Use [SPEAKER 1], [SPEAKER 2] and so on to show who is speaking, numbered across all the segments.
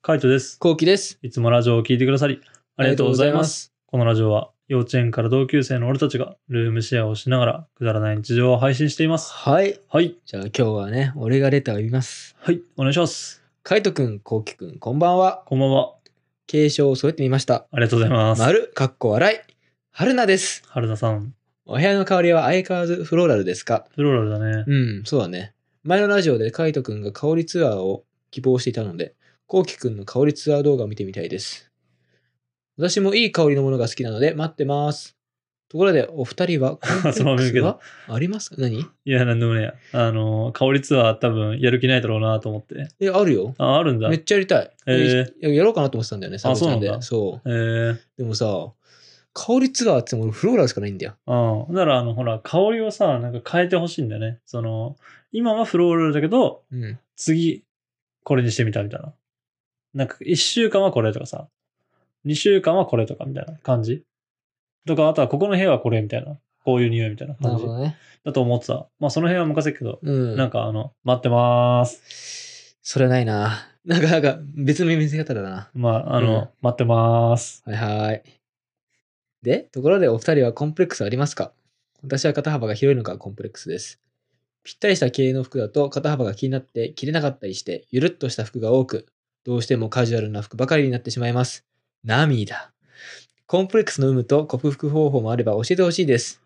[SPEAKER 1] カイトです。
[SPEAKER 2] こうきです。
[SPEAKER 1] いつもラジオを聞いてくださり、ありがとうございます。
[SPEAKER 2] す。
[SPEAKER 1] このラジオは、幼稚園から同級生の俺たちが、ルームシェアをしながら、くだらない日常を配信しています。
[SPEAKER 2] はい。
[SPEAKER 1] はい。
[SPEAKER 2] じゃあ今日はね、俺がレターを読みます。
[SPEAKER 1] はい。お願いします。
[SPEAKER 2] カイトくん、こうきくん、こんばんは。
[SPEAKER 1] こんばんは。
[SPEAKER 2] 継承を添えてみました。
[SPEAKER 1] ありがとうございます。
[SPEAKER 2] 丸、かっこ笑い。春菜です。
[SPEAKER 1] 春田さん、
[SPEAKER 2] お部屋の香りは相変わらずフローラルですか
[SPEAKER 1] フローラルだね。
[SPEAKER 2] うん、そうだね。前のラジオでカイトくんが香りツアーを希望していたので、こうきくんの香りツアー動画を見てみたいです。私もいい香りのものが好きなので待ってます。ところで、お二人 はコンプレ
[SPEAKER 1] つまめ
[SPEAKER 2] ッ
[SPEAKER 1] る
[SPEAKER 2] ク
[SPEAKER 1] け
[SPEAKER 2] ス
[SPEAKER 1] ど
[SPEAKER 2] はありますか何
[SPEAKER 1] いや、なんでもね、あの、香りツアー多分、やる気ないだろうなと思って。
[SPEAKER 2] え、あるよ。
[SPEAKER 1] あ、あるんだ。
[SPEAKER 2] めっちゃやりたい。
[SPEAKER 1] へ
[SPEAKER 2] いややろうかなと思ってたんだよね、サブチャンで。
[SPEAKER 1] そうなんだ
[SPEAKER 2] そ
[SPEAKER 1] えー、
[SPEAKER 2] う。でもさ、香りツアーって俺フローラルしかないんだよ。
[SPEAKER 1] ああ。だから、あの、ほら、香りをさ、なんか変えてほしいんだよね。その、今はフローラルだけど、
[SPEAKER 2] うん。
[SPEAKER 1] 次、これにしてみたみたいな。なんか、1週間はこれとかさ、2週間はこれとかみたいな感じとか、あとはここの部屋はこれみたいな、こういう匂いみたいな感じ
[SPEAKER 2] ね。
[SPEAKER 1] だと思ってた。まあ、その辺は任せるけど、
[SPEAKER 2] うん。
[SPEAKER 1] なんかあの、待ってまーす。
[SPEAKER 2] それはないな。なんか、なんか、別の見せ方だな。
[SPEAKER 1] まあ、あの、
[SPEAKER 2] うん
[SPEAKER 1] 待ってまーす。
[SPEAKER 2] はいはい。で、ところでお二人はコンプレックスありますか私は肩幅が広いのがコンプレックスです。ぴったりした系の服だと肩幅が気になって着れなかったりして、ゆるっとした服が多く、どうしてもカジュアルな服ばかりになってしまいます。涙。コンプレックスの有無と克服方法もあれば教えてほしいです。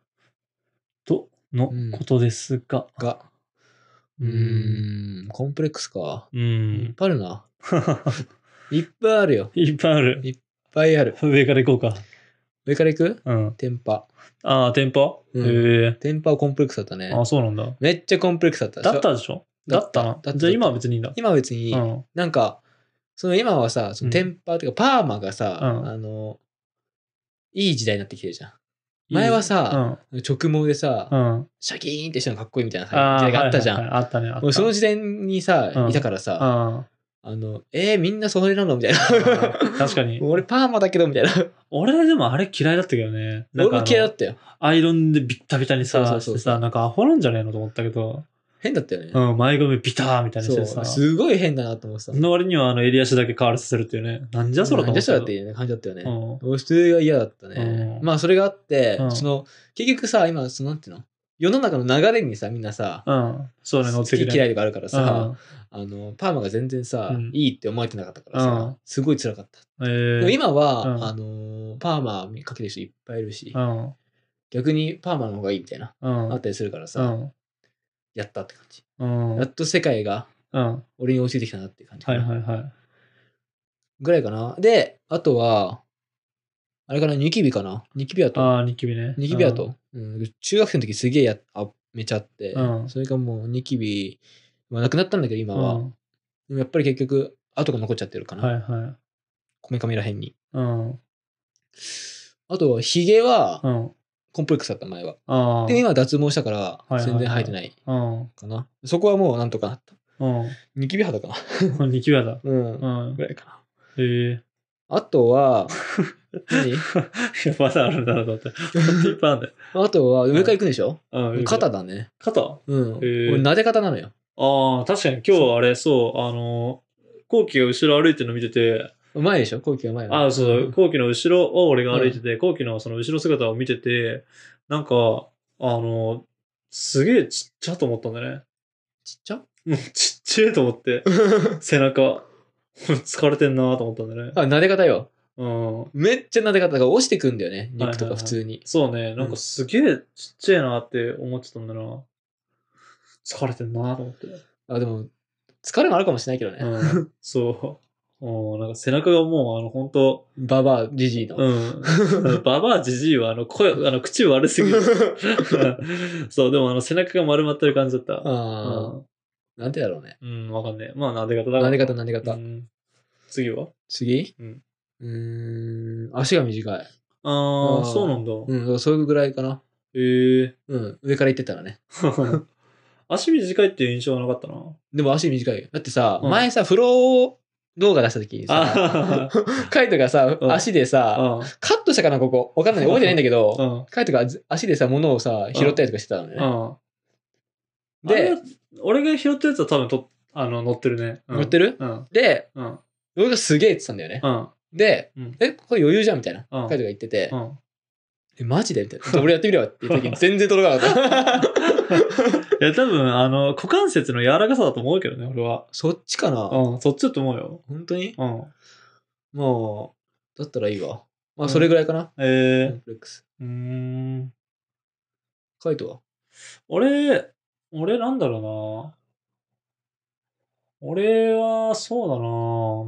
[SPEAKER 1] との
[SPEAKER 2] うん
[SPEAKER 1] ことですが。
[SPEAKER 2] が、う
[SPEAKER 1] うーん。
[SPEAKER 2] ーん、コンプレックスか。
[SPEAKER 1] う
[SPEAKER 2] いっ
[SPEAKER 1] ん。
[SPEAKER 2] ぱいあるな。いっぱいあるよ。いっ
[SPEAKER 1] いっぱいある。
[SPEAKER 2] ぱいある。
[SPEAKER 1] 上から行こうか。
[SPEAKER 2] 上から行く
[SPEAKER 1] うん。
[SPEAKER 2] テンパ。
[SPEAKER 1] ああ、店舗、
[SPEAKER 2] うん
[SPEAKER 1] へ
[SPEAKER 2] テンパはコンプレックスだったね
[SPEAKER 1] え。。あそうなんだ。
[SPEAKER 2] めっちゃコンプレックスだった。
[SPEAKER 1] だったでしょだ
[SPEAKER 2] だ
[SPEAKER 1] っ
[SPEAKER 2] ったた
[SPEAKER 1] な
[SPEAKER 2] だ。った
[SPEAKER 1] じゃあ今は別にいいんだ。
[SPEAKER 2] 今は別に、
[SPEAKER 1] うん。
[SPEAKER 2] なんか、その今はさ、そのテンパーというか、パーマがさ、
[SPEAKER 1] うん
[SPEAKER 2] あの、いい時代になってきてるじゃん。前はさ直毛でさ、
[SPEAKER 1] うん、うん。
[SPEAKER 2] シャキーンってしたのかっこいいみたいな
[SPEAKER 1] あ
[SPEAKER 2] さ時代があったじゃん。
[SPEAKER 1] はいはいはいあったね。あった
[SPEAKER 2] 俺その時代にさ、
[SPEAKER 1] うん
[SPEAKER 2] いたからさ、
[SPEAKER 1] あ
[SPEAKER 2] あの、えー、みんなそれなのみたいな。
[SPEAKER 1] ー確かに。
[SPEAKER 2] 俺パーマだけどみたいな。
[SPEAKER 1] 俺でもあれ嫌いだったけどね。なん
[SPEAKER 2] 俺
[SPEAKER 1] かあの
[SPEAKER 2] も嫌いだったよ。
[SPEAKER 1] アイロンでビッタビタにさ、
[SPEAKER 2] そうそうそうそう
[SPEAKER 1] してさ、なんかアホなんじゃねえのと思ったけど、
[SPEAKER 2] 変だったよね。
[SPEAKER 1] うん、前髪ビターみたいにし
[SPEAKER 2] そ
[SPEAKER 1] て
[SPEAKER 2] う
[SPEAKER 1] さ、そ
[SPEAKER 2] すごい変だなと思ってた。
[SPEAKER 1] の割にはあの襟足だけ変わらせてるっていうね。なんじゃそらと
[SPEAKER 2] うん
[SPEAKER 1] 思
[SPEAKER 2] で
[SPEAKER 1] っ
[SPEAKER 2] そら
[SPEAKER 1] た
[SPEAKER 2] って
[SPEAKER 1] け
[SPEAKER 2] いう感じだったよね。
[SPEAKER 1] ど。
[SPEAKER 2] 俺それが嫌だったね。
[SPEAKER 1] うん
[SPEAKER 2] まあそれがあって、
[SPEAKER 1] うん
[SPEAKER 2] その結局さ今そのなんていうの世の中の流れにさみんなさ、
[SPEAKER 1] うん。うん。そうね、乗
[SPEAKER 2] 好
[SPEAKER 1] って
[SPEAKER 2] き
[SPEAKER 1] くれ。
[SPEAKER 2] 嫌
[SPEAKER 1] い
[SPEAKER 2] いとかあるからさ、あのパーマが全然さ、
[SPEAKER 1] うん
[SPEAKER 2] いいって思えてなかったからさ、
[SPEAKER 1] うん
[SPEAKER 2] すごい辛かった。
[SPEAKER 1] え
[SPEAKER 2] でも
[SPEAKER 1] ー、
[SPEAKER 2] 今は、
[SPEAKER 1] うん
[SPEAKER 2] あのパーマかけてる人いっぱいいるし、
[SPEAKER 1] うん。
[SPEAKER 2] 逆にパーマの方がいいみたいな、
[SPEAKER 1] うん。
[SPEAKER 2] あったりするから
[SPEAKER 1] う
[SPEAKER 2] さ、
[SPEAKER 1] ん。
[SPEAKER 2] やったって感じ。
[SPEAKER 1] うん。
[SPEAKER 2] やっと世界が
[SPEAKER 1] うん。
[SPEAKER 2] 俺に追いついてきたなって感じか
[SPEAKER 1] は
[SPEAKER 2] ない
[SPEAKER 1] はいはい。
[SPEAKER 2] ぐらいかな。で、あとは、あれかな、ニキビかな。ニキビだと
[SPEAKER 1] ああ、ニキビね。
[SPEAKER 2] ニキビだと、うん中学生の時すげえやあめちゃあって、
[SPEAKER 1] うん
[SPEAKER 2] それがもうニキビ、まあ、なくなったんだけど今
[SPEAKER 1] うん。
[SPEAKER 2] は、
[SPEAKER 1] うん
[SPEAKER 2] でもやっぱり結局跡が残っちゃってるかな
[SPEAKER 1] はいはい。
[SPEAKER 2] こめかみらへんに
[SPEAKER 1] うん。
[SPEAKER 2] あとひげは
[SPEAKER 1] うん。
[SPEAKER 2] コンプレックスだった前は、
[SPEAKER 1] ああ。
[SPEAKER 2] で今は脱毛したから
[SPEAKER 1] いはいはい
[SPEAKER 2] 全然生えてない
[SPEAKER 1] うん。
[SPEAKER 2] かな、そこはもうなんとかなった
[SPEAKER 1] うん。
[SPEAKER 2] ニキビ肌かな
[SPEAKER 1] ニキビだ。
[SPEAKER 2] うん、
[SPEAKER 1] うん。
[SPEAKER 2] ぐらいかな
[SPEAKER 1] へえ。
[SPEAKER 2] あと は何
[SPEAKER 1] いやまだあるんだなと思って。ほんといっぱいあるんだよ。
[SPEAKER 2] あとは上から行くんでしょ、
[SPEAKER 1] うん
[SPEAKER 2] 肩だね
[SPEAKER 1] 肩
[SPEAKER 2] うん、
[SPEAKER 1] へえ
[SPEAKER 2] 俺撫で方なのよ
[SPEAKER 1] ああ、確かに今日あれ、そう、あの、後期が後ろ歩いてるの見てて、
[SPEAKER 2] うまいでしょ後期がうまいの
[SPEAKER 1] ああ、そう、後期の後ろを俺が歩いてて、後期のその後ろ姿を見てて、なんか、あの、すげえちっちゃと思ったんだね。
[SPEAKER 2] ちっちゃ
[SPEAKER 1] もうちっちゃいと思って、背中。 疲れてんなと思ったんだね。
[SPEAKER 2] あ撫で方よ
[SPEAKER 1] うん。
[SPEAKER 2] めっちゃ撫で方が落ちてくんだよね、肉と
[SPEAKER 1] はいはいは
[SPEAKER 2] か
[SPEAKER 1] い
[SPEAKER 2] 普通に。
[SPEAKER 1] そうね、なんかすげえちっちゃいなって思ってたんだな。疲れてんなと思って。
[SPEAKER 2] あ、でも、疲れもあるかもしれないけどね。
[SPEAKER 1] うん、そう。うん、なんか背中がもう、あの、本当
[SPEAKER 2] ババア、ジジイの。
[SPEAKER 1] うん。 ババアじじいは、あの、声、あの、口悪 すぎる。そう、でも、あの、背中が丸まってる感じだった。
[SPEAKER 2] あ
[SPEAKER 1] う
[SPEAKER 2] ーなんてだろうね。
[SPEAKER 1] ん、うん、わかんねえ。まあ、撫で方だから。
[SPEAKER 2] 撫で方、撫で
[SPEAKER 1] う
[SPEAKER 2] 方。
[SPEAKER 1] ん次は
[SPEAKER 2] 次
[SPEAKER 1] うん
[SPEAKER 2] うーん、足が短い。
[SPEAKER 1] あ
[SPEAKER 2] あ
[SPEAKER 1] あ、
[SPEAKER 2] ー
[SPEAKER 1] そうなんだ。へ
[SPEAKER 2] うん、だからそういうぐらいかな。
[SPEAKER 1] え。
[SPEAKER 2] うん、上から行ってたらね。
[SPEAKER 1] 足短いっていう印象はなかったな。
[SPEAKER 2] でも足短いよ。だってさ、
[SPEAKER 1] うん
[SPEAKER 2] 前さ、風呂動画出した時にさ、
[SPEAKER 1] あ
[SPEAKER 2] カイトがさ
[SPEAKER 1] う、ん
[SPEAKER 2] 足で
[SPEAKER 1] あ。
[SPEAKER 2] さ、カットしたかな、ここ。わかんない。覚えてないんだけ
[SPEAKER 1] うん。
[SPEAKER 2] ど、カイトが足でさ、物をさ、拾ったりとかしてたのね。
[SPEAKER 1] うん。
[SPEAKER 2] で
[SPEAKER 1] で、俺が拾ったやつは多分と、あの、乗ってるね。
[SPEAKER 2] 乗って
[SPEAKER 1] る
[SPEAKER 2] る
[SPEAKER 1] うん。
[SPEAKER 2] で、
[SPEAKER 1] うん。
[SPEAKER 2] 俺がすげえって言ってたんだよね。
[SPEAKER 1] うん。
[SPEAKER 2] で、
[SPEAKER 1] うん
[SPEAKER 2] え、これ余裕じゃんみたいな。
[SPEAKER 1] う
[SPEAKER 2] カ
[SPEAKER 1] ん
[SPEAKER 2] イトが言ってて、
[SPEAKER 1] うん。
[SPEAKER 2] え、マジでみたいな。じゃあ俺やってみるわって言った時に全然届かなかった。
[SPEAKER 1] いや、多分、あの、股関節の柔らかさだと思うけどね、俺は。
[SPEAKER 2] そっちかな、
[SPEAKER 1] うん、そっちだと思うよ。
[SPEAKER 2] 本当に
[SPEAKER 1] うん。
[SPEAKER 2] まあ、だったらいいわ。まあ、それぐらいかな、コ
[SPEAKER 1] え
[SPEAKER 2] ンプレックス。
[SPEAKER 1] ー、うーん。
[SPEAKER 2] カイトは
[SPEAKER 1] 俺、俺なんだろうな。俺は、そうだ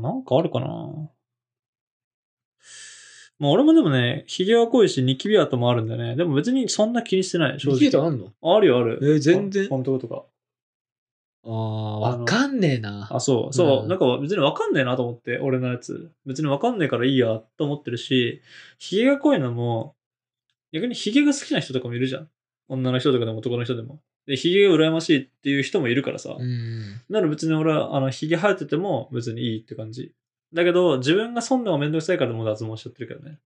[SPEAKER 1] な。なんかあるかな。まあ俺もでもね、髭は濃いし、ニキビ跡もあるんだよね。でも別にそんな気にしてない、正
[SPEAKER 2] リキー
[SPEAKER 1] 直。
[SPEAKER 2] トあんの
[SPEAKER 1] あるよ、ある。
[SPEAKER 2] えー全然
[SPEAKER 1] ここのとことか。
[SPEAKER 2] ああ、わかんねえな。
[SPEAKER 1] あ、そう、そう、
[SPEAKER 2] うん
[SPEAKER 1] なんか別にわかんねえなと思って、俺のやつ。別にわかんねえからいいやと思ってるし、髭が濃いのも、逆に髭が好きな人とかもいるじゃん。女の人とかでも男の人でも。で、髭が羨ましいっていう人もいるからさ。
[SPEAKER 2] うん。
[SPEAKER 1] なら別に俺は、あの、髭生えてても別にいいって感じ。だけど、自分が損でもめんどくさいからもう脱毛しちゃってるけどね。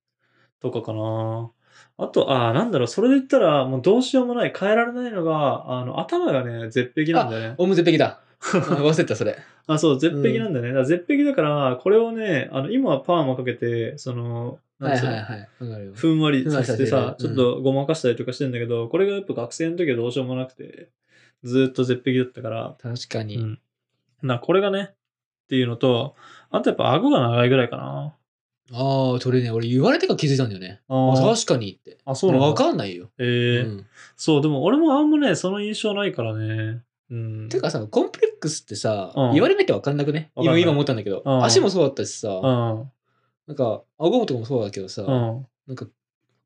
[SPEAKER 1] とかかなあと、ああ、なんだろう、それで言ったら、もうどうしようもない、変えられないのが、あの、頭がね、絶壁なんだよね。
[SPEAKER 2] オウム絶壁だ。うん 忘れてた、それ。
[SPEAKER 1] あ、そう、絶壁なんだよね。だから絶壁だから、これをね、あの、今はパーマかけて、その、な
[SPEAKER 2] は
[SPEAKER 1] ん
[SPEAKER 2] い
[SPEAKER 1] つう
[SPEAKER 2] は
[SPEAKER 1] の、
[SPEAKER 2] いはい。わかるよ。
[SPEAKER 1] ふんわりさせて
[SPEAKER 2] ふんわ
[SPEAKER 1] さ
[SPEAKER 2] りさ、せ
[SPEAKER 1] ち
[SPEAKER 2] て
[SPEAKER 1] ょ
[SPEAKER 2] ね
[SPEAKER 1] っとごまかしたりとかしてんだけど、これがやっぱ学生の時はどうしようもなくて、ずーっと絶壁だったから、
[SPEAKER 2] 確かに。
[SPEAKER 1] うん。な、これがね、っていうのと、あとやっぱ顎が長いぐらいかな。
[SPEAKER 2] ああ、それね、俺言われてから気づいたんだよね。
[SPEAKER 1] あ
[SPEAKER 2] あ
[SPEAKER 1] ー
[SPEAKER 2] 確かにって。
[SPEAKER 1] あ、そうなんだ。
[SPEAKER 2] わかんないよ。
[SPEAKER 1] え
[SPEAKER 2] う
[SPEAKER 1] ー
[SPEAKER 2] ん
[SPEAKER 1] そう、でも俺もあんまね、その印象ないからね。うん。
[SPEAKER 2] てかさ、コンプレックスってさ
[SPEAKER 1] うん、
[SPEAKER 2] 言われなきゃわかんなくね。
[SPEAKER 1] わかんな
[SPEAKER 2] 今
[SPEAKER 1] い
[SPEAKER 2] 今思ったんだけど
[SPEAKER 1] う、ん
[SPEAKER 2] 足もそうだったし
[SPEAKER 1] う
[SPEAKER 2] さ、
[SPEAKER 1] ん。
[SPEAKER 2] なんか、顎とかもそうだけどさ、
[SPEAKER 1] うん。
[SPEAKER 2] なんか、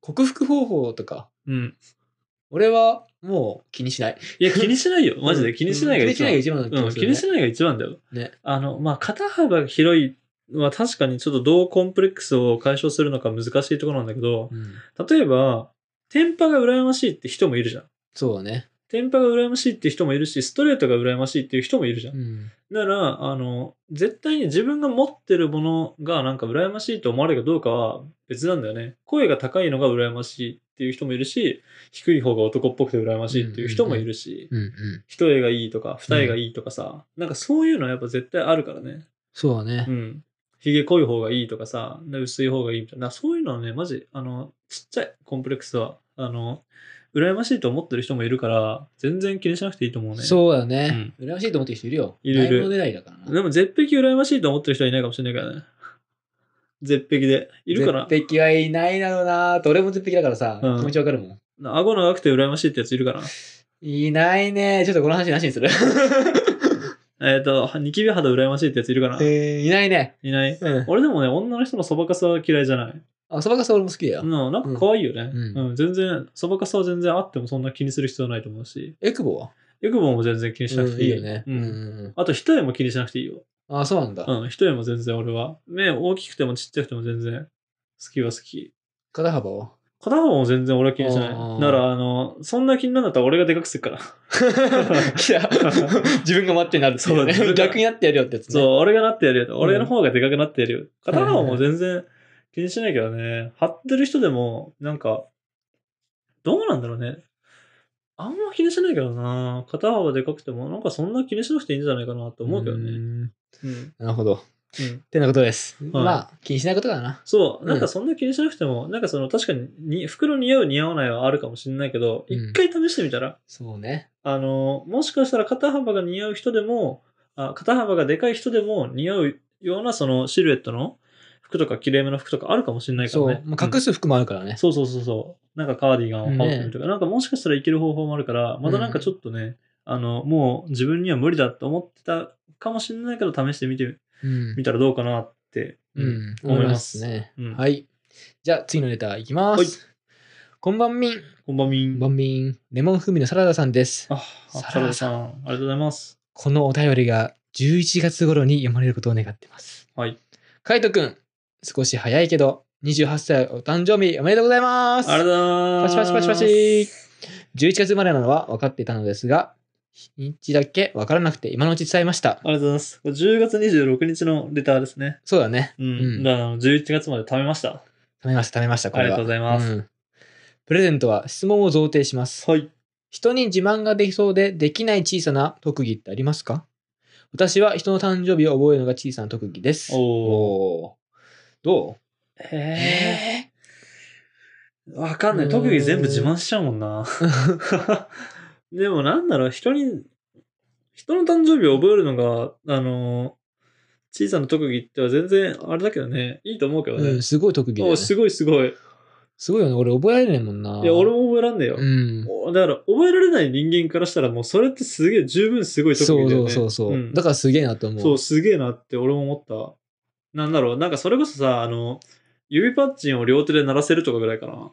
[SPEAKER 2] 克服方法とか、
[SPEAKER 1] うん。
[SPEAKER 2] 俺はもう気にしない。
[SPEAKER 1] いや、気にしないよ。マジで。気にしないが
[SPEAKER 2] うん気に
[SPEAKER 1] 一
[SPEAKER 2] しな
[SPEAKER 1] 番
[SPEAKER 2] いが。一番だ
[SPEAKER 1] うん、気にし
[SPEAKER 2] ない。
[SPEAKER 1] ないが一番だよ。
[SPEAKER 2] ね
[SPEAKER 1] あの、まあ、肩幅が広いは確かにちょっとどうコンプレックスを解消するのか難しいところなんだけど、
[SPEAKER 2] うん
[SPEAKER 1] 例えば、テンパが羨ましいって人もいるじゃん。
[SPEAKER 2] そうだね。
[SPEAKER 1] テンパが羨ましいって人もいるし、ストレートが羨ましいっていう人もいるじゃん。
[SPEAKER 2] うん
[SPEAKER 1] なら、あの、絶対に自分が持ってるものがなんか羨ましいと思われるかどうかは別なんだよね。声が高いのが羨ましいっていう人もいるし、低い方が男っぽくて羨ましいっていう人もいるし、
[SPEAKER 2] うんうん。
[SPEAKER 1] 一重がいいとか二重がいいとかさ、なんかそういうのはやっぱ絶対あるから ね
[SPEAKER 2] そうだね
[SPEAKER 1] う。んひげ濃い方がいいとかさで薄い方がいいみたいなそういうのはねマジあのちっちゃいコンプレックスはあの羨ましいと思ってる人もいるから全然気にしなくていいと思うね
[SPEAKER 2] そうだね。羨ましいと思ってる人いるよ。
[SPEAKER 1] いるいる
[SPEAKER 2] 大物狙いだからな。
[SPEAKER 1] でも絶壁羨ましいと思ってる人はいないかもしれないからね絶壁でいるかな
[SPEAKER 2] 絶壁はいないだろうなと俺も絶壁だからさ、気
[SPEAKER 1] うん
[SPEAKER 2] 持ちわかるもん。
[SPEAKER 1] 顎長くて羨ましいってやついるかない
[SPEAKER 2] ないねちょっとこの話なしにする。
[SPEAKER 1] えっ、とニキビ肌羨ましいってやついるかな
[SPEAKER 2] えーいないね。
[SPEAKER 1] いない
[SPEAKER 2] うん。
[SPEAKER 1] 俺でもね女の人のそばかさは嫌いじゃない
[SPEAKER 2] あ、そばかす俺も好きだよ。
[SPEAKER 1] うん、なんか可愛いよね。
[SPEAKER 2] う
[SPEAKER 1] うんん、全然、そばかさは全然あってもそんな気にする必要はないと思うし、
[SPEAKER 2] エクボは
[SPEAKER 1] エクボも全然気にしなくていい。
[SPEAKER 2] うんよね。
[SPEAKER 1] う
[SPEAKER 2] うんんうん
[SPEAKER 1] あと、一重も気にしなくていいよ。
[SPEAKER 2] うん。あ、そうなんだ。
[SPEAKER 1] うん、一重も全然俺は。目大きくてもちっちゃくても全然好きは好き。
[SPEAKER 2] 肩幅は
[SPEAKER 1] 肩幅も全然俺は気にしな
[SPEAKER 2] あー
[SPEAKER 1] い。なら、あの、そんな気になるんだったら俺がでかくするから。
[SPEAKER 2] いや、自分が待ってなるってい
[SPEAKER 1] そ
[SPEAKER 2] うね
[SPEAKER 1] う自分が
[SPEAKER 2] 逆になってやるよってやつね。
[SPEAKER 1] そう、俺がなってやるよと。
[SPEAKER 2] ん
[SPEAKER 1] 俺の方がでかくなってやるよ。肩幅
[SPEAKER 2] はいは
[SPEAKER 1] も
[SPEAKER 2] いは
[SPEAKER 1] 全然気にしないけどね。張ってる人でも、なんか、どうなんだろうね。あんま気にしないけどな。肩幅でかくても、なんかそんな気にしなくていいんじゃないかなと思うけどね。
[SPEAKER 2] ん
[SPEAKER 1] うん。
[SPEAKER 2] なるほど。っ
[SPEAKER 1] うん
[SPEAKER 2] てなことです。まあ、気にしないことだな。
[SPEAKER 1] そう、なん
[SPEAKER 2] う
[SPEAKER 1] か
[SPEAKER 2] ん
[SPEAKER 1] そんな気にしなくても、なんかその確かにに、袋似合う似合わないはあるかもしれないけど、
[SPEAKER 2] うん
[SPEAKER 1] 一回試してみたら、
[SPEAKER 2] そうね。
[SPEAKER 1] あの、もしかしたら肩幅が似合う人でも、あ肩幅がでかい人でも似合うようなそのシルエットの服とかきれいめの服とかあるかもしれないか
[SPEAKER 2] そ
[SPEAKER 1] ら
[SPEAKER 2] う
[SPEAKER 1] ね。。
[SPEAKER 2] もう隠
[SPEAKER 1] す、
[SPEAKER 2] す服もあるからね。
[SPEAKER 1] そうそうそうそう。なんかカーディガンを羽織ってみるとか、なんかもしかしたらいける方法もあるから、またなんかちょっとね、あの、もう自分には無理だと思ってたかもしれないけど、試してみて
[SPEAKER 2] うん
[SPEAKER 1] み。たらどうかなって、
[SPEAKER 2] うん。
[SPEAKER 1] 思います。
[SPEAKER 2] ね
[SPEAKER 1] うん。
[SPEAKER 2] はい。じゃあ、次のレターいきます。こんばんみん。
[SPEAKER 1] こんばんみ
[SPEAKER 2] こん
[SPEAKER 1] ん
[SPEAKER 2] ば。んみん。レモン風味のサラダさんです。
[SPEAKER 1] あ、あ
[SPEAKER 2] サ
[SPEAKER 1] サラ
[SPEAKER 2] ラ
[SPEAKER 1] ダ
[SPEAKER 2] ダさ
[SPEAKER 1] さん、ありがとうございます。
[SPEAKER 2] このお便りが11月頃に読まれることを願っています。
[SPEAKER 1] はい。
[SPEAKER 2] カイトくん、少し早いけど、28歳お誕生日おめでとうございま
[SPEAKER 1] あ
[SPEAKER 2] す。
[SPEAKER 1] りがとうございま
[SPEAKER 2] パ
[SPEAKER 1] す。
[SPEAKER 2] チパチパチパチ。11月生まれなのは分かっていたのですが、日にちだけ分からなくて今のうち伝えました。
[SPEAKER 1] ありがとうございます。これ10月26日のレターですね。
[SPEAKER 2] そうだね。
[SPEAKER 1] うん。
[SPEAKER 2] うん
[SPEAKER 1] だから11月まで貯めました。
[SPEAKER 2] 貯めました、貯めました、これは。
[SPEAKER 1] ありがとうございます
[SPEAKER 2] んプレゼントは質問を贈呈します。
[SPEAKER 1] はい。
[SPEAKER 2] 人に自慢ができそうでできない小さな特技ってありますか私は人の誕生日を覚えるのが小さな特技です。
[SPEAKER 1] おー
[SPEAKER 2] おーどう
[SPEAKER 1] へえ。わかんない。特技全部自慢しちゃうもん な。でもなんだろう、人に、人の誕生日を覚えるのが、あの、小さな特技っては全然あれだけどね、いいと思うけど
[SPEAKER 2] う
[SPEAKER 1] ね
[SPEAKER 2] ん、。すごい特技だよ
[SPEAKER 1] お
[SPEAKER 2] ね、
[SPEAKER 1] すごいすごい。
[SPEAKER 2] すごいよね。俺覚えられないもんな。
[SPEAKER 1] いや、俺も覚えらんねえよ
[SPEAKER 2] う。ん。
[SPEAKER 1] おだから、覚えられない人間からしたら、もうそれってすげえ、十分すごい特
[SPEAKER 2] そ
[SPEAKER 1] 技
[SPEAKER 2] う
[SPEAKER 1] だ
[SPEAKER 2] そ
[SPEAKER 1] よ
[SPEAKER 2] う
[SPEAKER 1] ね。
[SPEAKER 2] そうそう、
[SPEAKER 1] ん
[SPEAKER 2] だからすげえなと思う。
[SPEAKER 1] そう、すげえなって俺も思った。なんだろう、なんかそれこそさ、あの、指パッチンを両手で鳴らせるとかぐらいかな。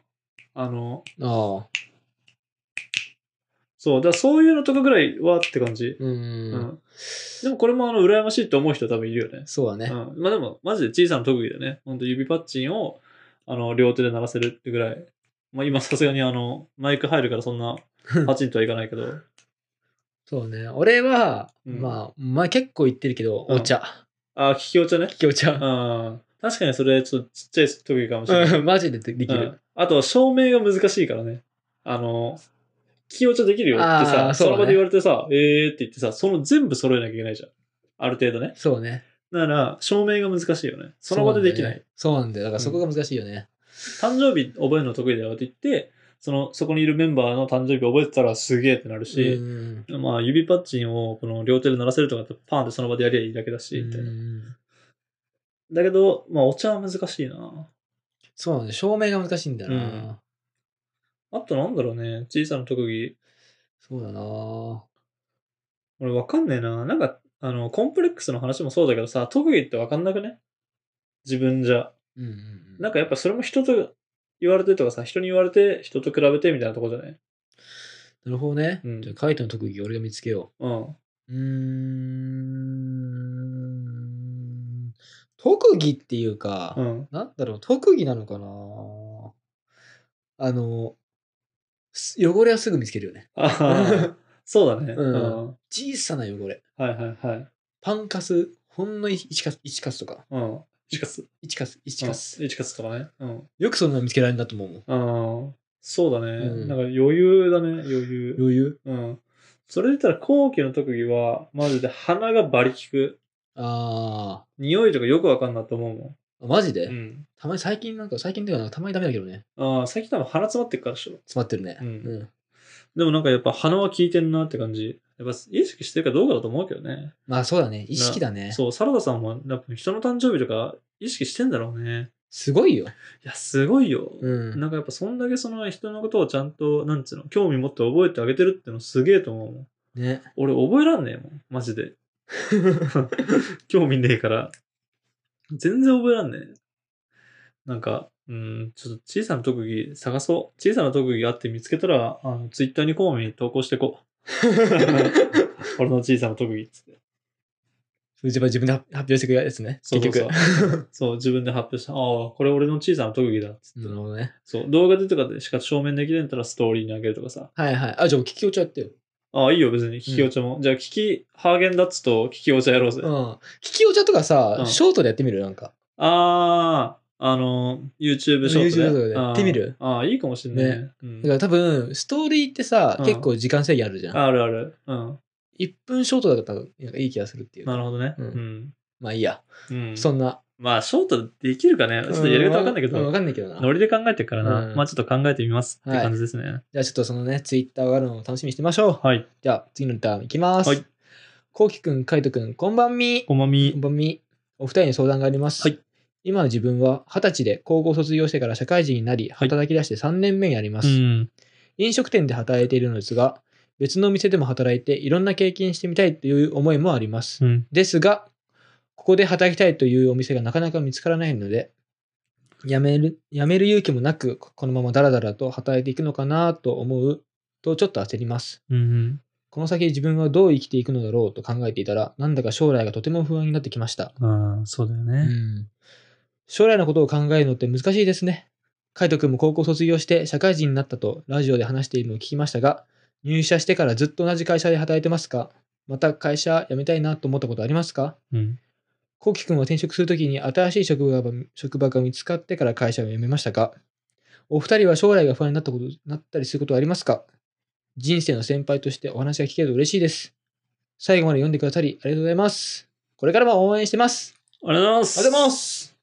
[SPEAKER 1] あの、
[SPEAKER 2] ああ。
[SPEAKER 1] そう、だからそういうのとかぐらいはって感じ。
[SPEAKER 2] うん。
[SPEAKER 1] うん。でもこれもあの、羨ましいって思う人多分いるよね。
[SPEAKER 2] そうだね。
[SPEAKER 1] うん。まあでも、マジで小さな特技だよね。ほんと指パッチンを、あの、両手で鳴らせるってぐらい。まあ今さすがにあの、マイク入るからそん な、パチンとはいかないけど。
[SPEAKER 2] そうね。俺は、
[SPEAKER 1] うん
[SPEAKER 2] まあ、まあ結構言ってるけど、
[SPEAKER 1] うん
[SPEAKER 2] お茶。
[SPEAKER 1] あ、聞き落ちね。
[SPEAKER 2] 今日
[SPEAKER 1] う
[SPEAKER 2] 茶。
[SPEAKER 1] ん。確かにそれ、ちょっとちっちゃい特技かもしれない。
[SPEAKER 2] うん、マジででき
[SPEAKER 1] う
[SPEAKER 2] る
[SPEAKER 1] ん。あと、証明が難しいからね。あの、気落ちできるよって
[SPEAKER 2] あー
[SPEAKER 1] さ、
[SPEAKER 2] そ
[SPEAKER 1] そう
[SPEAKER 2] だ
[SPEAKER 1] の
[SPEAKER 2] ね
[SPEAKER 1] 場で言われてさ、えーって言ってさ、その全部揃えなきゃいけないじゃん。ある程度ね。
[SPEAKER 2] そうね。
[SPEAKER 1] だから、証明が難しいよね。その場でできない。
[SPEAKER 2] そうなんだよね。そうなんだよ。だからそこが難しいよね。
[SPEAKER 1] 誕生日覚えるの得意だよって言って、その、そこにいるメンバーの誕生日覚えてたらすげえってなるし、
[SPEAKER 2] うん。
[SPEAKER 1] まあ、指パッチンをこの両手で鳴らせるとかってパーンってその場でやりゃいいだけだし、みたいな。
[SPEAKER 2] うん
[SPEAKER 1] だけど、まあ、お茶は難しいな。
[SPEAKER 2] そうなんだよ。照明が難しいんだよな。
[SPEAKER 1] うんあとなんだろうね、小さな特技。
[SPEAKER 2] そうだな。
[SPEAKER 1] 俺わかんねえな。なんか、あの、コンプレックスの話もそうだけどさ、特技ってわかんなくね自分じゃ。
[SPEAKER 2] うんうん。
[SPEAKER 1] なんかやっぱそれも人と言われてとかさ、人に言われて、人と比べてみたいなとこじゃない
[SPEAKER 2] なるほどね。
[SPEAKER 1] うん
[SPEAKER 2] じゃあ、カイトの特技俺が見つけよ
[SPEAKER 1] うん。
[SPEAKER 2] う。うーん。特技っていうか、
[SPEAKER 1] うん。
[SPEAKER 2] なんだろう、特技なのかなあの、す汚れはすぐ見つけるよね。
[SPEAKER 1] あ ーそうだね。
[SPEAKER 2] う
[SPEAKER 1] うんん。
[SPEAKER 2] 小さな汚れ。
[SPEAKER 1] はいはいはい。
[SPEAKER 2] パンカス、ほんの1カス、1カスとか。
[SPEAKER 1] うん。1カス。
[SPEAKER 2] 1カス、1カス。
[SPEAKER 1] うん一カスとかね。うん。
[SPEAKER 2] よくそんなの見つけられるんだと思うもん。
[SPEAKER 1] うん。そうだね。
[SPEAKER 2] うん
[SPEAKER 1] なんか余裕だね、余裕。
[SPEAKER 2] 余裕
[SPEAKER 1] うん。それで言ったら後期の特技は、マジで鼻がバリ効く。
[SPEAKER 2] あ
[SPEAKER 1] 匂いとかよくわかんないと思うも
[SPEAKER 2] あ。マジで、
[SPEAKER 1] ん。うん。
[SPEAKER 2] たまに最近なんか、最近ではなたまにダメだけどね。
[SPEAKER 1] ああ、最近多分鼻詰まってるからでしょ。
[SPEAKER 2] 詰まってるね。
[SPEAKER 1] うんでもなんかやっぱ鼻は効いてんなって感じ。やっぱ意識してるかどうかだと思うけどね。
[SPEAKER 2] まあそうだね。意識だね。
[SPEAKER 1] そう、サラダさんもやっぱ人の誕生日とか意識してんだろうね。
[SPEAKER 2] すごいよ。
[SPEAKER 1] いや、すごいよ。
[SPEAKER 2] うん。
[SPEAKER 1] なんかやっぱそんだけその人のことをちゃんと、なんつうの、興味持って覚えてあげてるってのすげえと思うもん。
[SPEAKER 2] ね。
[SPEAKER 1] 俺覚えらんねえもん、マジで。 興味ねえから。全然覚えらんねえ。なんか、うん、ちょっと小さな特技探そう。小さな特技あって見つけたら、あの、ツイッターに興味投稿してこ う。俺の小さな特技っつって。
[SPEAKER 2] 自分自分で発表してくれるやつね。
[SPEAKER 1] そう
[SPEAKER 2] 結
[SPEAKER 1] そう
[SPEAKER 2] 局。
[SPEAKER 1] そう そう、自分で発表した。ああ、これ俺の小さな特技だっつって。
[SPEAKER 2] なるほどね。
[SPEAKER 1] そう、動画でとかでしか証明できないんだったらストーリーにあげるとかさ。
[SPEAKER 2] はいはい。あ、じゃあ聞き落ちゃってよ。
[SPEAKER 1] ああ、いいよ、別に。聞きお茶も。じゃあ、聞き、ハーゲンダッツと聞きお茶やろうぜ。
[SPEAKER 2] うん。聞きお茶とかさ、
[SPEAKER 1] うん
[SPEAKER 2] ショートでやってみるなんか。
[SPEAKER 1] ああ、あの、YouTube ショート、ね。
[SPEAKER 2] YouTube でやってみる
[SPEAKER 1] あーあー、いいかもしれないね。
[SPEAKER 2] ね
[SPEAKER 1] うん
[SPEAKER 2] だから多分、ストーリーってさ、
[SPEAKER 1] うん
[SPEAKER 2] 結構時間制限あるじゃん。
[SPEAKER 1] あるある。うん。
[SPEAKER 2] 1分ショートだったらなんかいい気がするっていう。
[SPEAKER 1] なるほどね。
[SPEAKER 2] う
[SPEAKER 1] うんん。
[SPEAKER 2] まあいいや。
[SPEAKER 1] うん。
[SPEAKER 2] そんな。
[SPEAKER 1] まあ、ショートできるかね。ちょっとやり方わかんないけ
[SPEAKER 2] うわ
[SPEAKER 1] ど、
[SPEAKER 2] かんないけどな。
[SPEAKER 1] ノリで考えてるから
[SPEAKER 2] う
[SPEAKER 1] な。
[SPEAKER 2] ん
[SPEAKER 1] まあ、ちょっと考えてみますって感じですね。
[SPEAKER 2] じゃあちょっとそのね、ツイッターがあるのを楽しみにしてみましょう。
[SPEAKER 1] はい。
[SPEAKER 2] じゃあ次の歌いきます。
[SPEAKER 1] はい。
[SPEAKER 2] こうきくん、かいとくん、こんばんみ。
[SPEAKER 1] こま
[SPEAKER 2] こん
[SPEAKER 1] み。
[SPEAKER 2] ばんみ。お二人に相談があります。
[SPEAKER 1] はい
[SPEAKER 2] 今の自分は二十歳で高校を卒業してから社会人になり、
[SPEAKER 1] はい
[SPEAKER 2] 働き出して3年目になります。
[SPEAKER 1] うん。
[SPEAKER 2] 飲食店で働いているのですが、別のお店でも働いていろんな経験してみたいという思いもあります。
[SPEAKER 1] うん。
[SPEAKER 2] ですが、ここで働きたいというお店がなかなか見つからないので、辞める、辞める勇気もなく、このままダラダラと働いていくのかなと思うとちょっと焦ります。
[SPEAKER 1] うん。
[SPEAKER 2] この先自分はどう生きていくのだろうと考えていたら、なんだか将来がとても不安になってきました。
[SPEAKER 1] ああ、そうだよ
[SPEAKER 2] う
[SPEAKER 1] ね。
[SPEAKER 2] ん。将来のことを考えるのって難しいですね。カイト君も高校卒業して社会人になったとラジオで話しているのを聞きましたが、入社してからずっと同じ会社で働いてますかまた会社辞めたいなと思ったことありますか
[SPEAKER 1] うん。
[SPEAKER 2] コウキ君は転職するときに新しい職場が職場が見つかってから会社を辞めましたかお二人は将来が不安になったことなったりすることはありますか人生の先輩としてお話が聞けると嬉しいです。最後まで読んでくださりありがとうございます。これからも応援してます。
[SPEAKER 1] ありがとうございます。。
[SPEAKER 2] ありがとうございます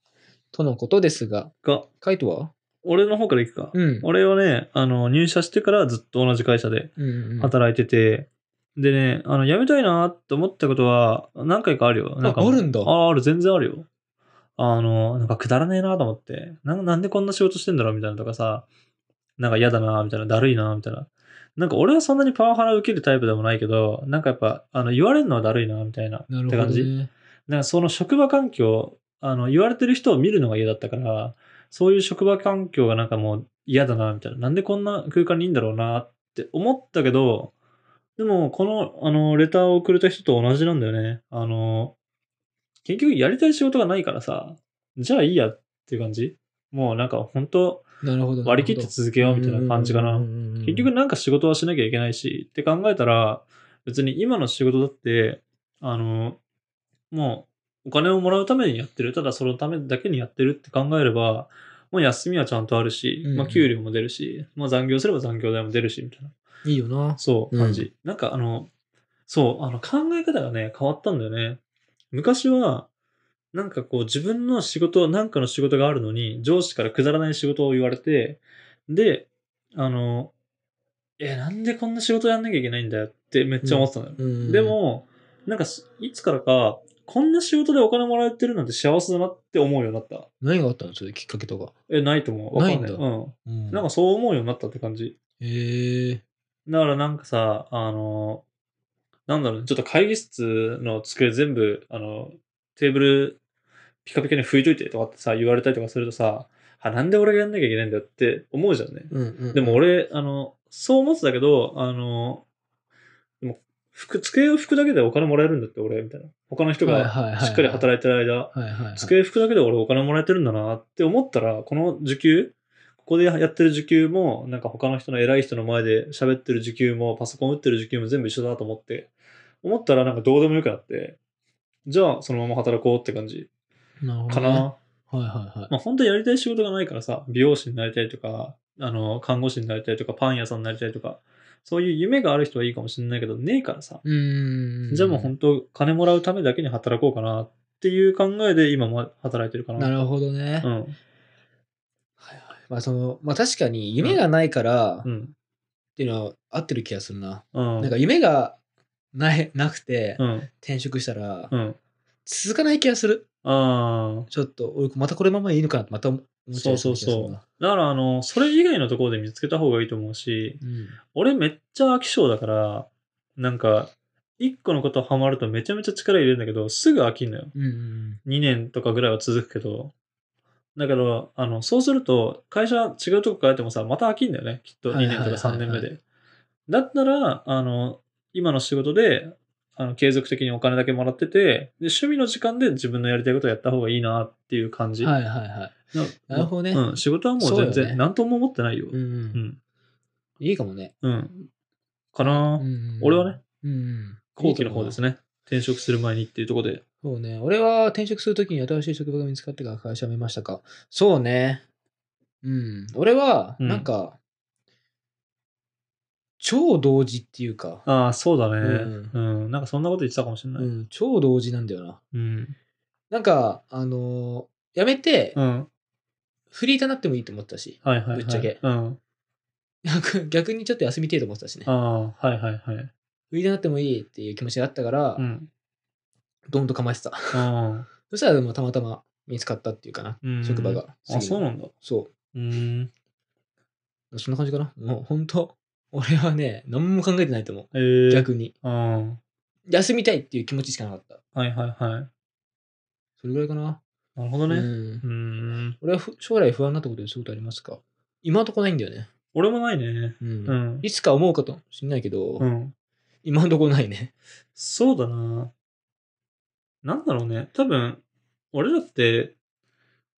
[SPEAKER 2] とのことですが、
[SPEAKER 1] が、
[SPEAKER 2] カイトは
[SPEAKER 1] 俺の方から行くか。
[SPEAKER 2] うん。
[SPEAKER 1] 俺はね、あの、入社してからずっと同じ会社で
[SPEAKER 2] うんうんうん、
[SPEAKER 1] 働いてて、でね、あの、辞めたいなって思ったことは何回かあるよ。なんか
[SPEAKER 2] ああるんだ
[SPEAKER 1] あ、ある、全然あるよ。あの、なんかくだらねえなと思って、なんなんでこんな仕事してんだろうみたいなとかさ、なんか嫌だなみたいな、だるいなみたいな。なんか俺はそんなにパワハラ受けるタイプでもないけど、なんかやっぱ、あの、言われるのはだるいなみたいな。
[SPEAKER 2] なる
[SPEAKER 1] って感
[SPEAKER 2] ほど、
[SPEAKER 1] じ。
[SPEAKER 2] ね。
[SPEAKER 1] なんかその職場環境、あの、言われてる人を見るのが嫌だったから、そういう職場環境がなんかもう嫌だな、みたいな。なんでこんな空間にいいんだろうなって思ったけど、でも、この、あの、レターを送れた人と同じなんだよね。あの、結局やりたい仕事がないからさ、じゃあいいやっていう感じ。もうなんか本当
[SPEAKER 2] なるほど。
[SPEAKER 1] 割り切って続けようみたいな感じかな。結
[SPEAKER 2] 結
[SPEAKER 1] 局なんか仕事はしなきゃいけないしって考えたら別に今の仕事だってあのもうお金をもらうためにやってるただそのためだけにやってるって考えればもう休みはちゃんとあるし、
[SPEAKER 2] うんうん
[SPEAKER 1] まあ、給料も出るし、まあ、残業すれば残業代も出るしみたいない
[SPEAKER 2] いよな。
[SPEAKER 1] そう
[SPEAKER 2] うん
[SPEAKER 1] 感じ、なんかあのそうあの考え方がね変わったんだよね昔はなんかこう自分の仕事なんかの仕事があるのに上司からくだらない仕事を言われてであのえなんでこんな仕事やんなきゃいけないんだよってめっちゃ思ってたのよ、
[SPEAKER 2] うん
[SPEAKER 1] で、もなんかすいつからかこんな仕事でお金もらえてるなんて幸せだなって思うようになった
[SPEAKER 2] 何があったのそれきっかけとか。
[SPEAKER 1] えないと思うわかんない
[SPEAKER 2] ないんだ
[SPEAKER 1] うん
[SPEAKER 2] う
[SPEAKER 1] なんか、そう思うようになったって感じ
[SPEAKER 2] へえ
[SPEAKER 1] だからなんかさ、あの、なんだろうね、ちょっと会議室の机全部、あの、テーブルピカピカに拭いといてとかってさ、言われたりとかするとさ、あ、なんで俺がやんなきゃいけないんだよって思うじゃんね。
[SPEAKER 2] うんうん。
[SPEAKER 1] でも、俺、あの、そう思ってたけど、あの、でも、服、机を拭くだけでお金もらえるんだって俺、みたいな。他の人
[SPEAKER 2] はい
[SPEAKER 1] が
[SPEAKER 2] はいはい、
[SPEAKER 1] しっかり働いてる間、
[SPEAKER 2] はいはいはい。
[SPEAKER 1] 机拭くだけで俺お金もらえてるんだなって思ったら、この受給、ここでやってる受給も、なんか他の人の偉い人の前で喋ってる受給も、パソコン打ってる受給も全部一緒だと思って、思ったらなんかどうでもよくなって、じゃあそのまま働こうって感じ
[SPEAKER 2] なるほどね
[SPEAKER 1] かな。
[SPEAKER 2] はいはいはい。
[SPEAKER 1] まあ本当にやりたい仕事がないからさ、美容師になりたいとか、あの、看護師になりたいとか、パン屋さんになりたいとか、そういう夢がある人はいいかもしれないけど、ねえからさ、
[SPEAKER 2] うーん。
[SPEAKER 1] じゃあもう本当金もらうためだけに働こうかなっていう考えで今も働いてるかな。
[SPEAKER 2] なるほどね。
[SPEAKER 1] うん。
[SPEAKER 2] まあその、まあ確かに夢がないからっ
[SPEAKER 1] うん。
[SPEAKER 2] ていうのは合ってる気がするな。
[SPEAKER 1] うん。
[SPEAKER 2] なんか夢がない、なくて
[SPEAKER 1] うん。
[SPEAKER 2] 転職したら
[SPEAKER 1] うん。
[SPEAKER 2] 続かない気がする。
[SPEAKER 1] ああ。
[SPEAKER 2] ちょっと、俺またこれままいいのかなってまた思っちゃいな気がするな。
[SPEAKER 1] だから、あの、それ以外のところで見つけた方がいいと思うし、俺めっちゃ飽き性だから、なんか、一個のことハマるとめちゃめちゃ力入れるんだけど、すぐ飽きんのよ。
[SPEAKER 2] うん。うんうん
[SPEAKER 1] 2年とかぐらいは続くけど。だけど、あの、そうすると、会社違うとこ変えてもさ、また飽きんだよね。きっと
[SPEAKER 2] はい
[SPEAKER 1] 2
[SPEAKER 2] は
[SPEAKER 1] 年
[SPEAKER 2] い
[SPEAKER 1] と
[SPEAKER 2] はいはい
[SPEAKER 1] か3年目で。だったら、あの、今の仕事で、あの継続的にお金だけもらってて、で、趣味の時間で自分のやりたいことやった方がいいなっていう感
[SPEAKER 2] う
[SPEAKER 1] じ。
[SPEAKER 2] ん。はいはいはい。
[SPEAKER 1] な
[SPEAKER 2] なるほどね
[SPEAKER 1] うん、仕事はもう全
[SPEAKER 2] そうよね
[SPEAKER 1] 然何とも思ってないよ。
[SPEAKER 2] うんう。
[SPEAKER 1] うんん。
[SPEAKER 2] いいかもね。
[SPEAKER 1] うん。かな、
[SPEAKER 2] うんうん
[SPEAKER 1] 俺はね、
[SPEAKER 2] うんうん。
[SPEAKER 1] 後期の方です
[SPEAKER 2] ね。
[SPEAKER 1] ね。転職する前にっていうところで。
[SPEAKER 2] そうね。俺は転職するときに新しい職場が見つかってから会社を辞めましたか。そうね。うん。俺は、
[SPEAKER 1] うん
[SPEAKER 2] なんか、超同時っていうか、
[SPEAKER 1] ああ、そうだね、
[SPEAKER 2] う
[SPEAKER 1] うん。なんかそんなこと言ってたかもしれな
[SPEAKER 2] う
[SPEAKER 1] い。
[SPEAKER 2] ん、超同時なんだよな。
[SPEAKER 1] うん。
[SPEAKER 2] なんか、あのー辞めて
[SPEAKER 1] う、ん。
[SPEAKER 2] フリーとなってもいいと思ってたし、
[SPEAKER 1] はいはい、はい。
[SPEAKER 2] ぶっちゃけ
[SPEAKER 1] うん。
[SPEAKER 2] なんか逆にちょっと休みてえと思ってたしね。
[SPEAKER 1] ああ、はいはいはい。
[SPEAKER 2] フリーとなってもいいっていう気持ちがあったから、
[SPEAKER 1] うん。
[SPEAKER 2] どんと構えてた。
[SPEAKER 1] あ
[SPEAKER 2] そしたらでもたまたま見つかったっていうかな、
[SPEAKER 1] うん
[SPEAKER 2] 職場が。
[SPEAKER 1] あ、あそうなんだ。
[SPEAKER 2] そう。
[SPEAKER 1] うん。
[SPEAKER 2] そんな感じかな。もう本当、俺はね、何も考えてないと思
[SPEAKER 1] え
[SPEAKER 2] う。
[SPEAKER 1] ー、。
[SPEAKER 2] 逆に。
[SPEAKER 1] うん。
[SPEAKER 2] 休みたいっていう気持ちしかなかった。
[SPEAKER 1] はいはいはい。
[SPEAKER 2] それぐらいかな。
[SPEAKER 1] なるほど
[SPEAKER 2] う
[SPEAKER 1] ね。
[SPEAKER 2] ん
[SPEAKER 1] う。ん。
[SPEAKER 2] 俺はふ将来不安になったことにすることありますか今のとこないんだよね。
[SPEAKER 1] 俺もないね。
[SPEAKER 2] うん。
[SPEAKER 1] うん。
[SPEAKER 2] いつか思うかとしんないけど、
[SPEAKER 1] うん。
[SPEAKER 2] 今のとこないね。
[SPEAKER 1] そうだな。なんだろうね。多分、俺らって、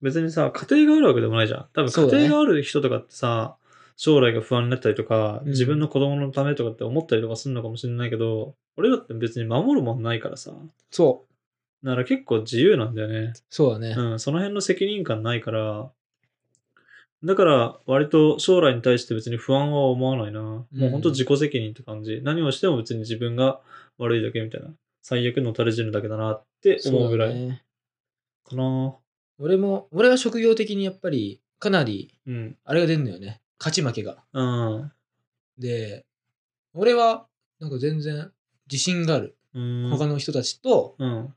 [SPEAKER 1] 別にさ、家庭があるわけでもないじゃん。多
[SPEAKER 2] そう
[SPEAKER 1] 分、
[SPEAKER 2] だね
[SPEAKER 1] 家庭がある人とかってさ、将来が不安になったりとか、
[SPEAKER 2] うん
[SPEAKER 1] 自分の子供のためとかって思ったりとかするのかもしれないけど、俺らって別に守るもんないからさ。
[SPEAKER 2] そう。
[SPEAKER 1] だから結構自由なんだよね。
[SPEAKER 2] そうだね。
[SPEAKER 1] うん、その辺の責任感ないから、だから、割と将来に対して別に不安は思わないな。も
[SPEAKER 2] う
[SPEAKER 1] うん本当自己責任って感じ。何をしても別に自分が悪いだけみたいな。最悪の垂れ死ぬだけだなって思うぐら
[SPEAKER 2] そう
[SPEAKER 1] い
[SPEAKER 2] だね
[SPEAKER 1] かな。
[SPEAKER 2] 俺も、俺は職業的にやっぱり、かなり、
[SPEAKER 1] うん。
[SPEAKER 2] あれが出るのよね。勝ち負けが。
[SPEAKER 1] うん。
[SPEAKER 2] で、俺は、なんか全然、自信がある。
[SPEAKER 1] うん。
[SPEAKER 2] 他の人たちと、
[SPEAKER 1] うん。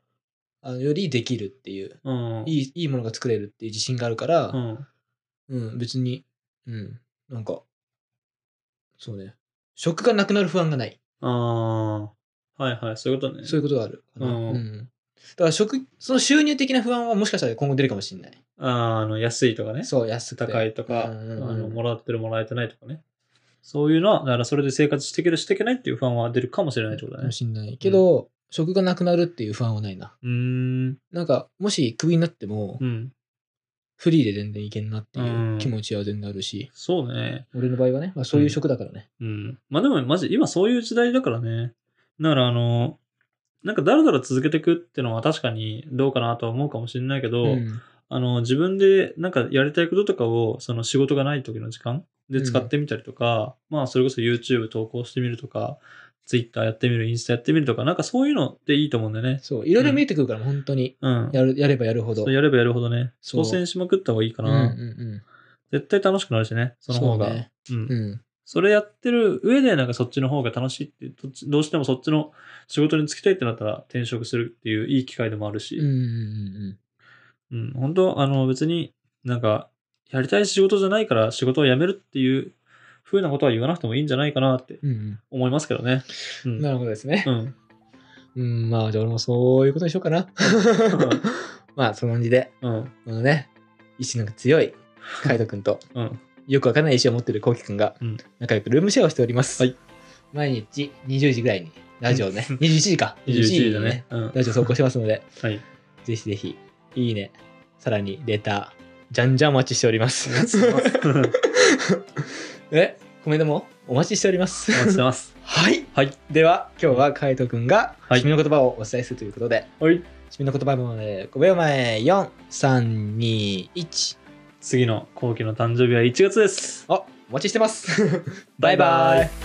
[SPEAKER 2] あのよりできるっていう、
[SPEAKER 1] うん。
[SPEAKER 2] いい、いいものが作れるっていう自信があるから、
[SPEAKER 1] うん。
[SPEAKER 2] うん、別に、うん、なんか、そうね。職がなくなる不安がない。
[SPEAKER 1] ああ。はいはい。そういうことね。
[SPEAKER 2] そういうことがあるかな。
[SPEAKER 1] うん
[SPEAKER 2] うんだから職、その収入的な不安はもしかしたら今後出るかもしれない。
[SPEAKER 1] あーあの、安いとかね。
[SPEAKER 2] そう、安くて。
[SPEAKER 1] 高いとか、
[SPEAKER 2] うんうんうん
[SPEAKER 1] あのもらってるもらえてないとかね。そういうのは、だからそれで生活していけるしていけないっていう不安は出るかもしれないってことだ
[SPEAKER 2] か
[SPEAKER 1] ね
[SPEAKER 2] も。しれない。けど、職がなくなるっていう不安はないな。
[SPEAKER 1] うーん。
[SPEAKER 2] なんか、もしクビになっても、
[SPEAKER 1] うん。
[SPEAKER 2] フリーで全然いけんなっていううん気持ちは全然あるし、
[SPEAKER 1] そうね。
[SPEAKER 2] 俺の場合はね、まあ、そういう職だからね。
[SPEAKER 1] うん。まあでも、マジ、今そういう時代だからね。だから、あの、なんかだらだら続けていくってのは確かにどうかなとは思うかもしれないけど、
[SPEAKER 2] うん
[SPEAKER 1] あの、自分でなんかやりたいこととかを、その仕事がない時の時間で使ってみたりとか、まあ、それこそ YouTube 投稿してみるとか、Twitter やってみる、インスタやってみるとか、なんかそういうのっていいと思うんだよね。
[SPEAKER 2] そう、いろいろ見えてくるから、本当に、
[SPEAKER 1] うん。
[SPEAKER 2] やる、やればやるほど。
[SPEAKER 1] そうやればやるほどね、
[SPEAKER 2] そう
[SPEAKER 1] 挑戦しまくった方がいいか
[SPEAKER 2] うん
[SPEAKER 1] な。
[SPEAKER 2] うんうん。
[SPEAKER 1] 絶対楽しくなるしね、その方が。
[SPEAKER 2] そううね
[SPEAKER 1] ん
[SPEAKER 2] うん。
[SPEAKER 1] それやってる上で、なんかそっちの方が楽しいってどっち、どうしてもそっちの仕事に就きたいってなったら転職するっていういい機会でもあるし、
[SPEAKER 2] うんうんうんうん。
[SPEAKER 1] うん、本当あの別になんか、やりたい仕事じゃないから仕事を辞めるっていう風なことは言わなくてもいいんじゃないかなって
[SPEAKER 2] うん
[SPEAKER 1] 思いますけどね。う。
[SPEAKER 2] うんん、なるほどですね。
[SPEAKER 1] うん。
[SPEAKER 2] うん、まあ、じゃあ俺もそういうことにしようか な。まあ、その感じで、
[SPEAKER 1] うん。
[SPEAKER 2] このね、意志の強いカイト君と、
[SPEAKER 1] うん。
[SPEAKER 2] よくわかんない意志を持ってるコウキ君が
[SPEAKER 1] うん、
[SPEAKER 2] 仲良くルームシェアをしております。
[SPEAKER 1] はい
[SPEAKER 2] 毎日20時ぐらいに、ラジオね、21時か、
[SPEAKER 1] 21時だね。。うん。
[SPEAKER 2] ラジオ投稿してますので、
[SPEAKER 1] はい。
[SPEAKER 2] ぜひぜひ、いいね、さらにレター、じゃんじゃんお待ちしており ます。
[SPEAKER 1] お待ち
[SPEAKER 2] え、コメントもお待ちしております。
[SPEAKER 1] してます。
[SPEAKER 2] はい。
[SPEAKER 1] はい。
[SPEAKER 2] では、今日はカイト君が、
[SPEAKER 1] はい
[SPEAKER 2] 君の言葉をお伝えするということで、
[SPEAKER 1] はい。
[SPEAKER 2] 締めの言葉まで5秒前4321
[SPEAKER 1] 次の後期の誕生日は1月です。
[SPEAKER 2] あお待ちしてます バイバイ